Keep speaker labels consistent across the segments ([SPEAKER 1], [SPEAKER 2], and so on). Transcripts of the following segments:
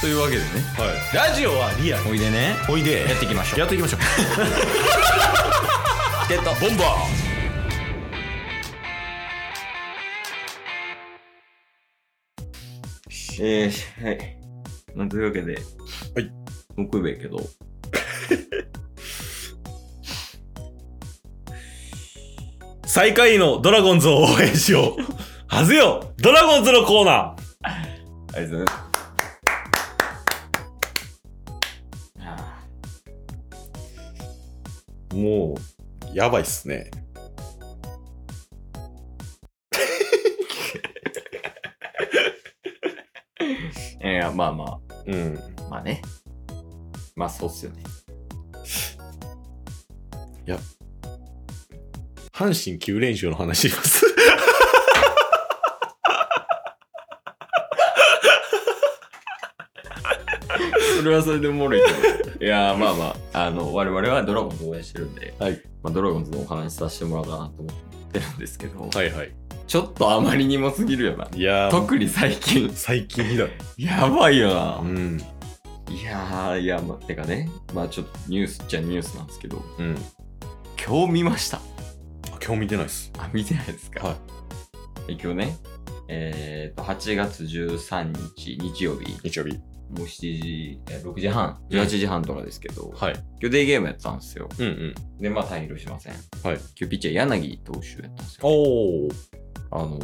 [SPEAKER 1] というわけでね
[SPEAKER 2] ラジオはリアル
[SPEAKER 1] おいでね
[SPEAKER 2] おいで
[SPEAKER 1] やっていきましょう
[SPEAKER 2] やっていきましょう
[SPEAKER 1] ゲットボンバーえー、はい、まあ、というわけで
[SPEAKER 2] はい
[SPEAKER 1] 僕べけど
[SPEAKER 2] 最下位のドラゴンズを応 援しようはずよドラゴンズのコーナ
[SPEAKER 1] ありがとうございます
[SPEAKER 2] ーもうやばいっすね
[SPEAKER 1] いやいやまあま
[SPEAKER 2] うん
[SPEAKER 1] あまあねまあそうっすよね
[SPEAKER 2] 阪神9連勝の話します
[SPEAKER 1] それはそれでおもろいけど いやーまあまああの我々はドラゴンズを応援してるんで、
[SPEAKER 2] はい
[SPEAKER 1] まあ、ドラゴンズのお話しさせてもらおうかなと思ってるんですけど、
[SPEAKER 2] はいはい
[SPEAKER 1] ちょっとあまりにもすぎるよない
[SPEAKER 2] やー
[SPEAKER 1] 特に最近
[SPEAKER 2] 最近ひどい
[SPEAKER 1] やばいよ
[SPEAKER 2] う
[SPEAKER 1] なんいやーいやまあてかねまあちょっとニュースっちゃニュースなんですけど
[SPEAKER 2] うん
[SPEAKER 1] 今日見ました
[SPEAKER 2] 今日見てないっす
[SPEAKER 1] あ見てないですか
[SPEAKER 2] は
[SPEAKER 1] 今日ねえー、と8月13日日曜日
[SPEAKER 2] 日曜日
[SPEAKER 1] もう7時えー6時半18時半とかですけど、今
[SPEAKER 2] はい
[SPEAKER 1] 日デーゲームやってたんですよ
[SPEAKER 2] うんうん
[SPEAKER 1] で、まあ、退路しません。はい。
[SPEAKER 2] はい
[SPEAKER 1] 今日ピッチャー柳投手やったんですよ。
[SPEAKER 2] おお
[SPEAKER 1] あの、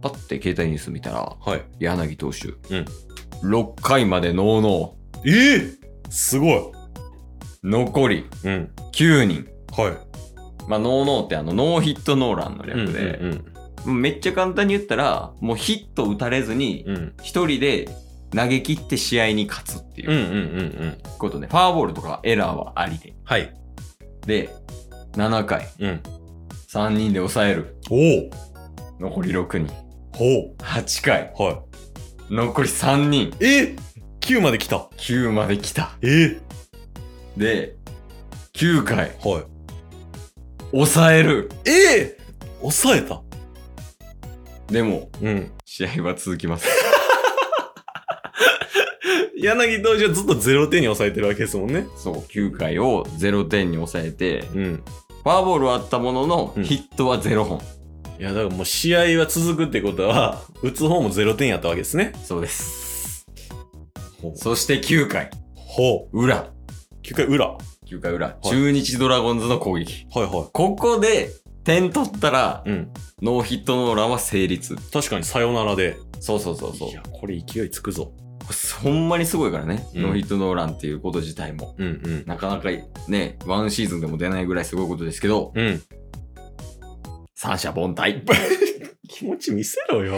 [SPEAKER 1] パッて携帯ニュース見たら、
[SPEAKER 2] はい
[SPEAKER 1] 柳投手。
[SPEAKER 2] うん
[SPEAKER 1] 6回までノーノ
[SPEAKER 2] ええすごい
[SPEAKER 1] ー。残り
[SPEAKER 2] うん
[SPEAKER 1] 9人。
[SPEAKER 2] は
[SPEAKER 1] まあ、ノーノーってあの、ノーヒットノーランの
[SPEAKER 2] い
[SPEAKER 1] 略で、
[SPEAKER 2] うん
[SPEAKER 1] めっちゃ簡単に言ったら、もうヒット打たれずに、
[SPEAKER 2] うんうん
[SPEAKER 1] 一人で投げ切って試合に勝つってい
[SPEAKER 2] うんう
[SPEAKER 1] う
[SPEAKER 2] んうんうん
[SPEAKER 1] ことで、フォアボールとかエラーはありで。
[SPEAKER 2] はい
[SPEAKER 1] で、7回、
[SPEAKER 2] うん
[SPEAKER 1] 3人で抑える。
[SPEAKER 2] おお
[SPEAKER 1] 残り6人。
[SPEAKER 2] ほ
[SPEAKER 1] 8回、
[SPEAKER 2] うは
[SPEAKER 1] 残り3人。
[SPEAKER 2] いえ9まで来た
[SPEAKER 1] 9まで来た。
[SPEAKER 2] え
[SPEAKER 1] で、9回、
[SPEAKER 2] はい
[SPEAKER 1] 抑える。
[SPEAKER 2] ええ抑えた
[SPEAKER 1] でも、
[SPEAKER 2] うん
[SPEAKER 1] 試合は続きます。
[SPEAKER 2] 柳投手はずっとゼロ点に抑えてるわけですもんね
[SPEAKER 1] そう、9回を0点に抑えて、フ
[SPEAKER 2] うん
[SPEAKER 1] ォアボールはあったものの、
[SPEAKER 2] うん
[SPEAKER 1] ヒットは0本。
[SPEAKER 2] いやだからもう試合は続くってことは打つ方もゼロ点やったわけですね
[SPEAKER 1] そうです。
[SPEAKER 2] ほう
[SPEAKER 1] そして9回、
[SPEAKER 2] ほ
[SPEAKER 1] 裏。
[SPEAKER 2] う9回裏はい
[SPEAKER 1] 9回裏、
[SPEAKER 2] い
[SPEAKER 1] 中日ドラゴンズの攻撃。
[SPEAKER 2] は
[SPEAKER 1] ここで、点取ったら、
[SPEAKER 2] いうん
[SPEAKER 1] ノーヒットノーランは成立。
[SPEAKER 2] 確かにさよならで
[SPEAKER 1] そうそうそうそう。
[SPEAKER 2] これ勢いつくぞ
[SPEAKER 1] ほんまにすごいからね、
[SPEAKER 2] うん
[SPEAKER 1] ノーヒットノーランっていうこと自体も。
[SPEAKER 2] うんうん
[SPEAKER 1] なかなかね、ワンシーズンでも出ないぐらいすごいことですけど、
[SPEAKER 2] うん
[SPEAKER 1] 三者凡退。
[SPEAKER 2] 気持ち見せろよ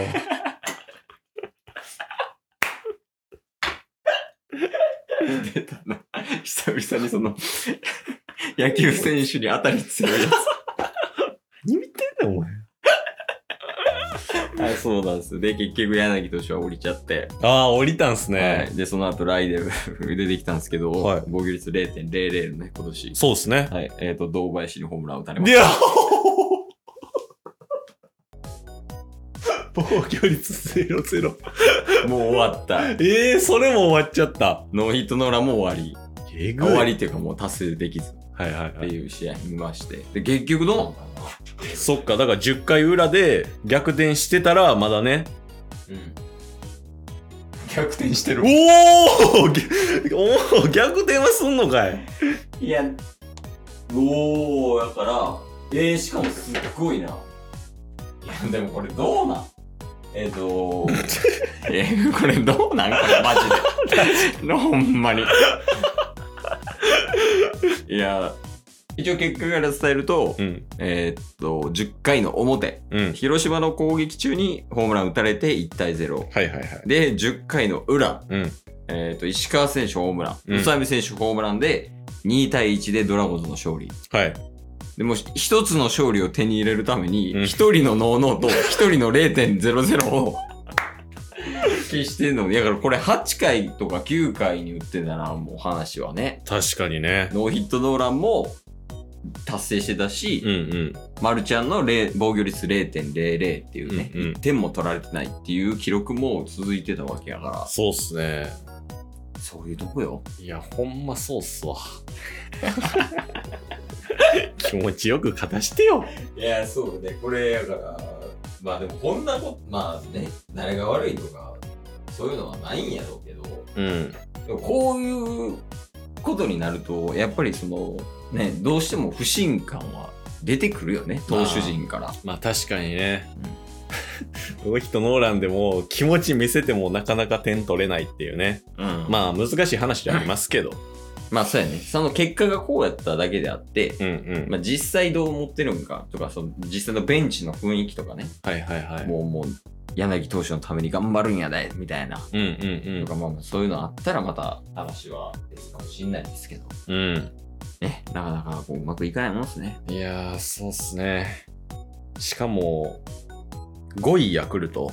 [SPEAKER 1] 出たな。久々にその、 野球選手に当たり強いや
[SPEAKER 2] 何 見てんのお前
[SPEAKER 1] つ。 はい、そうなんです。で、結局柳投手は降りちゃって、
[SPEAKER 2] ああ降りたんすね、
[SPEAKER 1] はい、で、その後ライデル 出てきたんですけど、
[SPEAKER 2] はい
[SPEAKER 1] 防御率0.00のね、今年。
[SPEAKER 2] そうですね、
[SPEAKER 1] はい、えっ、と、堂林にホームランを打たれま
[SPEAKER 2] で
[SPEAKER 1] し
[SPEAKER 2] や 防御率ゼロゼロ
[SPEAKER 1] た。もう終わった。
[SPEAKER 2] ええそれも終わっちゃった
[SPEAKER 1] ノーヒットノーランも終わり。
[SPEAKER 2] えぐい
[SPEAKER 1] 終わりっていうかもう達成できずっ
[SPEAKER 2] はいはいは
[SPEAKER 1] て
[SPEAKER 2] い
[SPEAKER 1] いう試合見まして。で、結局どうなったのか
[SPEAKER 2] そっかだから10回裏で逆転してたらまだね
[SPEAKER 1] な逆転してる。
[SPEAKER 2] おおぎおお逆転はすんのかい
[SPEAKER 1] いや、おー、だから、えー、しかもすっごいな。いや、でもこれどうなんえっ、と えーこれどうなんこれマジ で。ほんまに。いや、一応結果から伝えると、
[SPEAKER 2] うん
[SPEAKER 1] えーっと、10回の表、
[SPEAKER 2] うん
[SPEAKER 1] 広島の攻撃中にホームラン打たれて1対0。
[SPEAKER 2] はいはいはい
[SPEAKER 1] で、10回の裏、
[SPEAKER 2] うん
[SPEAKER 1] えー、と石川選手ホームラン、
[SPEAKER 2] うん
[SPEAKER 1] 宇佐美選手ホームランで2対1でドラゴンズの勝利。
[SPEAKER 2] はい
[SPEAKER 1] でもう一つの勝利を手に入れるために、
[SPEAKER 2] うん
[SPEAKER 1] 一人のノーノー と一人の0.00を消してんの。だからこれ8回とか9回に打ってたらもう話はね、
[SPEAKER 2] 確かにね
[SPEAKER 1] ノーヒットノーランも達成してたし、
[SPEAKER 2] うんうん
[SPEAKER 1] マルちゃんの0防御率0.00っていうね、
[SPEAKER 2] うんうん
[SPEAKER 1] 1点も取られてないっていう記録も続いてたわけやから。
[SPEAKER 2] そうっすね
[SPEAKER 1] そういうとこよ。
[SPEAKER 2] いや、ほんまそうっす わ。気持ちよく勝たしてよ。
[SPEAKER 1] いや、そうね、これやから、まあでもこんなこと、まあね、誰が悪いとか、そういうのはないんやろうけど、
[SPEAKER 2] うん。
[SPEAKER 1] でもこういうことになると、やっぱりその、ね、どうしても不信感は出てくるよね、投手陣から。
[SPEAKER 2] まあ確かにね。この人ノーランでも気持ち見せてもなかなか点取れないっていうね。
[SPEAKER 1] うんまあ、
[SPEAKER 2] まあ難しい話ではありますけど。
[SPEAKER 1] まあそうやね、その結果がこうやっただけであって、
[SPEAKER 2] うんうん。
[SPEAKER 1] まあ、実際どう思ってるんかとか、その実際のベンチの雰囲気とかね、
[SPEAKER 2] はいはいはい。
[SPEAKER 1] もうもう、柳投手のために頑張るんやで、みたいな。
[SPEAKER 2] うん
[SPEAKER 1] とか、
[SPEAKER 2] う
[SPEAKER 1] まあ、そういうのあったらまた話は別かもしんないですけど。
[SPEAKER 2] んうん。うん。
[SPEAKER 1] ね、なかなかこううまくいかないもんですね。
[SPEAKER 2] いやー、そうっすね。しかも、5位ヤクルト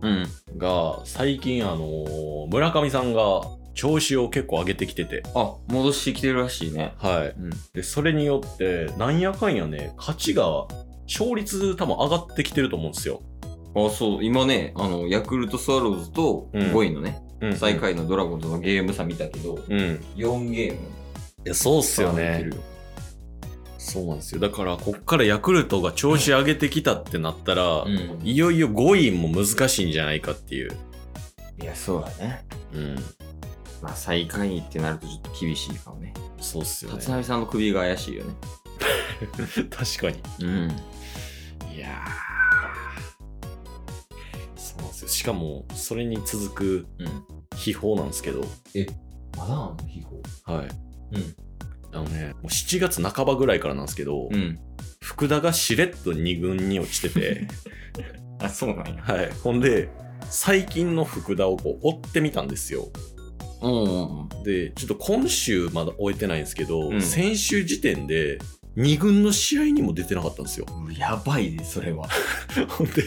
[SPEAKER 1] うん。
[SPEAKER 2] が最近あのー村上さんが調子を結構上げてきてて。
[SPEAKER 1] あ、戻してきてるらしいね。
[SPEAKER 2] はい。
[SPEAKER 1] うん。
[SPEAKER 2] で、それによって、なんやかんやね、勝ちが、勝率多分上がってきてると思うんですよ。
[SPEAKER 1] あ、そう、今ね、あの、ヤクルトスワローズと
[SPEAKER 2] うん
[SPEAKER 1] 5位のね、
[SPEAKER 2] うん
[SPEAKER 1] 最。下位のドラゴンズのゲーム差見たけど、
[SPEAKER 2] うん。
[SPEAKER 1] 4ゲーム。
[SPEAKER 2] いや、そうっすよ
[SPEAKER 1] 差を見て
[SPEAKER 2] ね
[SPEAKER 1] る。よ
[SPEAKER 2] そうなんですよ。だから、こっからヤクルトが調子上げてきたってなったら、
[SPEAKER 1] うん。
[SPEAKER 2] いよいよ5位も難しいんじゃないかっていう。
[SPEAKER 1] いや、そうだね。
[SPEAKER 2] うん。
[SPEAKER 1] まあ、最下位ってなるとちょっと厳しいかもね。
[SPEAKER 2] そうっすよね。
[SPEAKER 1] 立浪さんの首が怪しいよね。
[SPEAKER 2] 確かに。
[SPEAKER 1] うん。
[SPEAKER 2] いやーそうなんですよ。しかも、それに続く
[SPEAKER 1] うん。
[SPEAKER 2] 秘宝なんですけど、
[SPEAKER 1] まだあの、飛行。
[SPEAKER 2] は
[SPEAKER 1] う
[SPEAKER 2] い。
[SPEAKER 1] ん。
[SPEAKER 2] あのね、もう7月半ばぐらいからなんですけど、
[SPEAKER 1] うん。
[SPEAKER 2] 福田がしれっと2軍に落ち てて、
[SPEAKER 1] あ、そうなんや。
[SPEAKER 2] はい。ほんで、最近の福田をこう追ってみたんですよ。
[SPEAKER 1] うんうんうん。
[SPEAKER 2] で、ちょっと今週まだ終えてないんですけど、
[SPEAKER 1] うん
[SPEAKER 2] 先週時点で2軍の試合にも出てなかったんですよ。
[SPEAKER 1] うんやばいね、それは。
[SPEAKER 2] ほんで、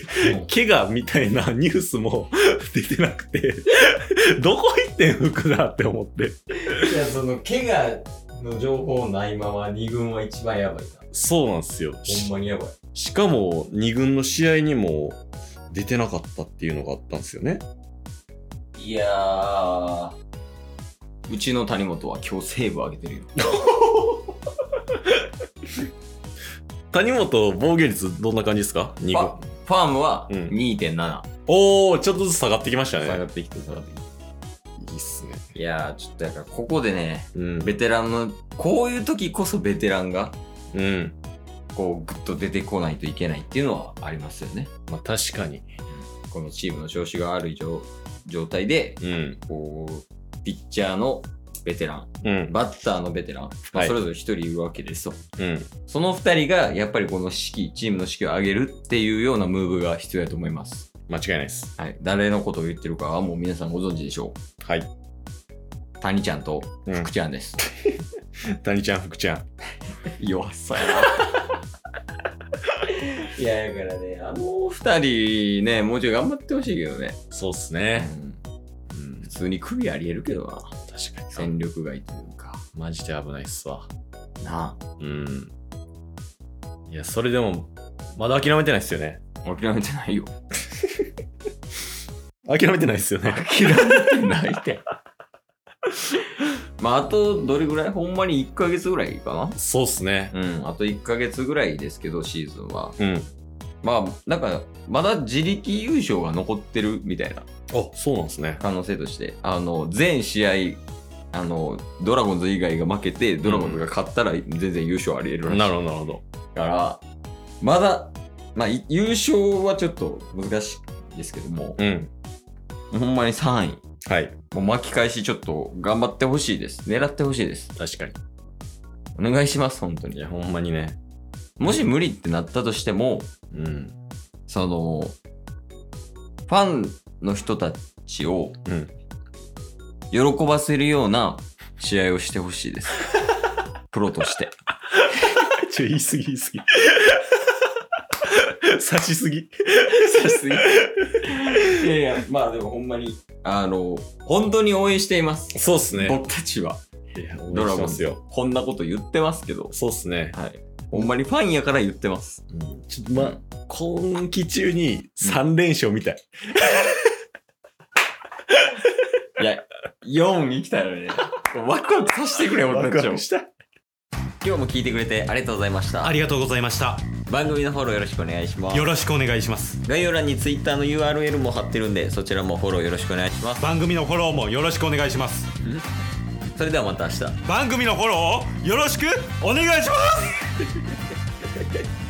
[SPEAKER 2] 怪我みたいなニュースも 出てなくて、 どこ行ってん福田って思っ
[SPEAKER 1] い
[SPEAKER 2] て。
[SPEAKER 1] や、その、怪我の情報ないまま2軍は一番やばいな。
[SPEAKER 2] そうなんですよ。
[SPEAKER 1] ほんまにやばい。
[SPEAKER 2] しかも2軍の試合にも出てなかったっていうのがあったんですよね。
[SPEAKER 1] いやー、うちの谷本は今日セーブ上げてるよ。
[SPEAKER 2] 谷本防御率どんな感じですか ?2 軍
[SPEAKER 1] あ。ファームは
[SPEAKER 2] うん
[SPEAKER 1] 2.7、
[SPEAKER 2] おー、ちょっとずつ下がってきましたね。
[SPEAKER 1] 下がってきて、下がってきて。
[SPEAKER 2] いいっすね。
[SPEAKER 1] いやー、ちょっとやから、ここでね、
[SPEAKER 2] うん。
[SPEAKER 1] ベテランの、こういう時こそベテランが、
[SPEAKER 2] うん。
[SPEAKER 1] こう、ぐっと出てこないといけないっていうのはありますよね。
[SPEAKER 2] まあ確かに。
[SPEAKER 1] このチームの調子がある以上、状態で、
[SPEAKER 2] うん。
[SPEAKER 1] こう、ピッチャーのベテラン、
[SPEAKER 2] うん。
[SPEAKER 1] バッターのベテラン、ま
[SPEAKER 2] は
[SPEAKER 1] あ、
[SPEAKER 2] い
[SPEAKER 1] それぞれ1人いるわけですよ。
[SPEAKER 2] うん。
[SPEAKER 1] その2人が、やっぱりこの指揮、チームの指揮を上げるっていうようなムーブが必要だと思います。
[SPEAKER 2] 間違いないです。
[SPEAKER 1] はい、誰のことを言ってるかはもう皆さんご存知でしょ
[SPEAKER 2] はい。
[SPEAKER 1] う。谷ちゃんと
[SPEAKER 2] うん
[SPEAKER 1] 福。ちゃんです。
[SPEAKER 2] 谷ちゃん、福ちゃん。
[SPEAKER 1] 弱さやな。いや、だからね、あの二人ね、もうちょい頑張ってほしいけどね。
[SPEAKER 2] そうっす
[SPEAKER 1] う
[SPEAKER 2] ね。
[SPEAKER 1] ん、
[SPEAKER 2] うん
[SPEAKER 1] 普。通に首ありえるけどな。
[SPEAKER 2] 確かに
[SPEAKER 1] 戦力外というか。
[SPEAKER 2] マジで危ないっすわ。
[SPEAKER 1] な
[SPEAKER 2] うん。いや、それでも、まだ諦めてないっすよね。
[SPEAKER 1] あ、諦めてないよ。
[SPEAKER 2] 諦めてないっすよね。
[SPEAKER 1] 諦めてないって。 まあ、あとどれぐらいほんまに1ヶ月ぐらいか
[SPEAKER 2] そうっすね。
[SPEAKER 1] なうん、あと1ヶ月ぐらいですけど、シーズンは。
[SPEAKER 2] うん。あ、
[SPEAKER 1] まあ、なんか、まだ自力優勝が残ってるみたいな
[SPEAKER 2] そうなんですね。
[SPEAKER 1] 可能性として、あの、全試合、あの、ドラゴンズ以外が負けて、ドラゴンズが勝ったら全然優勝あり得るらしい
[SPEAKER 2] なるほど、なるほど。
[SPEAKER 1] から、まだ、まあ、い優勝はちょっと難しいですけども、
[SPEAKER 2] うん。
[SPEAKER 1] ほんまに3位。
[SPEAKER 2] はい。
[SPEAKER 1] もう巻き返しちょっと頑張ってほしいです。狙ってほしいです。
[SPEAKER 2] 確かに。
[SPEAKER 1] お願いします、本当
[SPEAKER 2] い
[SPEAKER 1] に。
[SPEAKER 2] や、ほんまにね。
[SPEAKER 1] もし無理ってなったとしても、
[SPEAKER 2] うん。
[SPEAKER 1] その、ファンの人たちを
[SPEAKER 2] うん。
[SPEAKER 1] 喜ばせるような試合をしてほしい です。プロとして。
[SPEAKER 2] ちょ、言い過ぎ、言い過ぎ。刺しすぎ。
[SPEAKER 1] いやいや、まあでもほんまに。あの、本当に応援しています。
[SPEAKER 2] そうっすね。
[SPEAKER 1] 僕たちは。
[SPEAKER 2] いや、
[SPEAKER 1] ド
[SPEAKER 2] ド
[SPEAKER 1] ラ
[SPEAKER 2] ラ
[SPEAKER 1] ゴ
[SPEAKER 2] ゴ
[SPEAKER 1] ン
[SPEAKER 2] ン
[SPEAKER 1] ズ
[SPEAKER 2] すよ。
[SPEAKER 1] こんなこと言ってますけど。
[SPEAKER 2] そうっすね。
[SPEAKER 1] はい。ほんまにファンやから言ってます。
[SPEAKER 2] ちょっとまあ、今季中に3連勝みたい。
[SPEAKER 1] いや、 4行きたいのに。ワクワクさせてくれ、俺たちを。
[SPEAKER 2] した。
[SPEAKER 1] 今日も聞いてくれてありがとうございました
[SPEAKER 2] あ。りがとうございました。
[SPEAKER 1] 番組のフォローよろしくお願いします
[SPEAKER 2] よ。ろしくお願いします。
[SPEAKER 1] 概要欄に Twitter の URL も貼ってるんで、そちらもフォローよろしくお願いします。
[SPEAKER 2] 番組のフォローもよろしくお願いします。
[SPEAKER 1] それではまた明日。
[SPEAKER 2] 番組のフォローをよろしくお願いします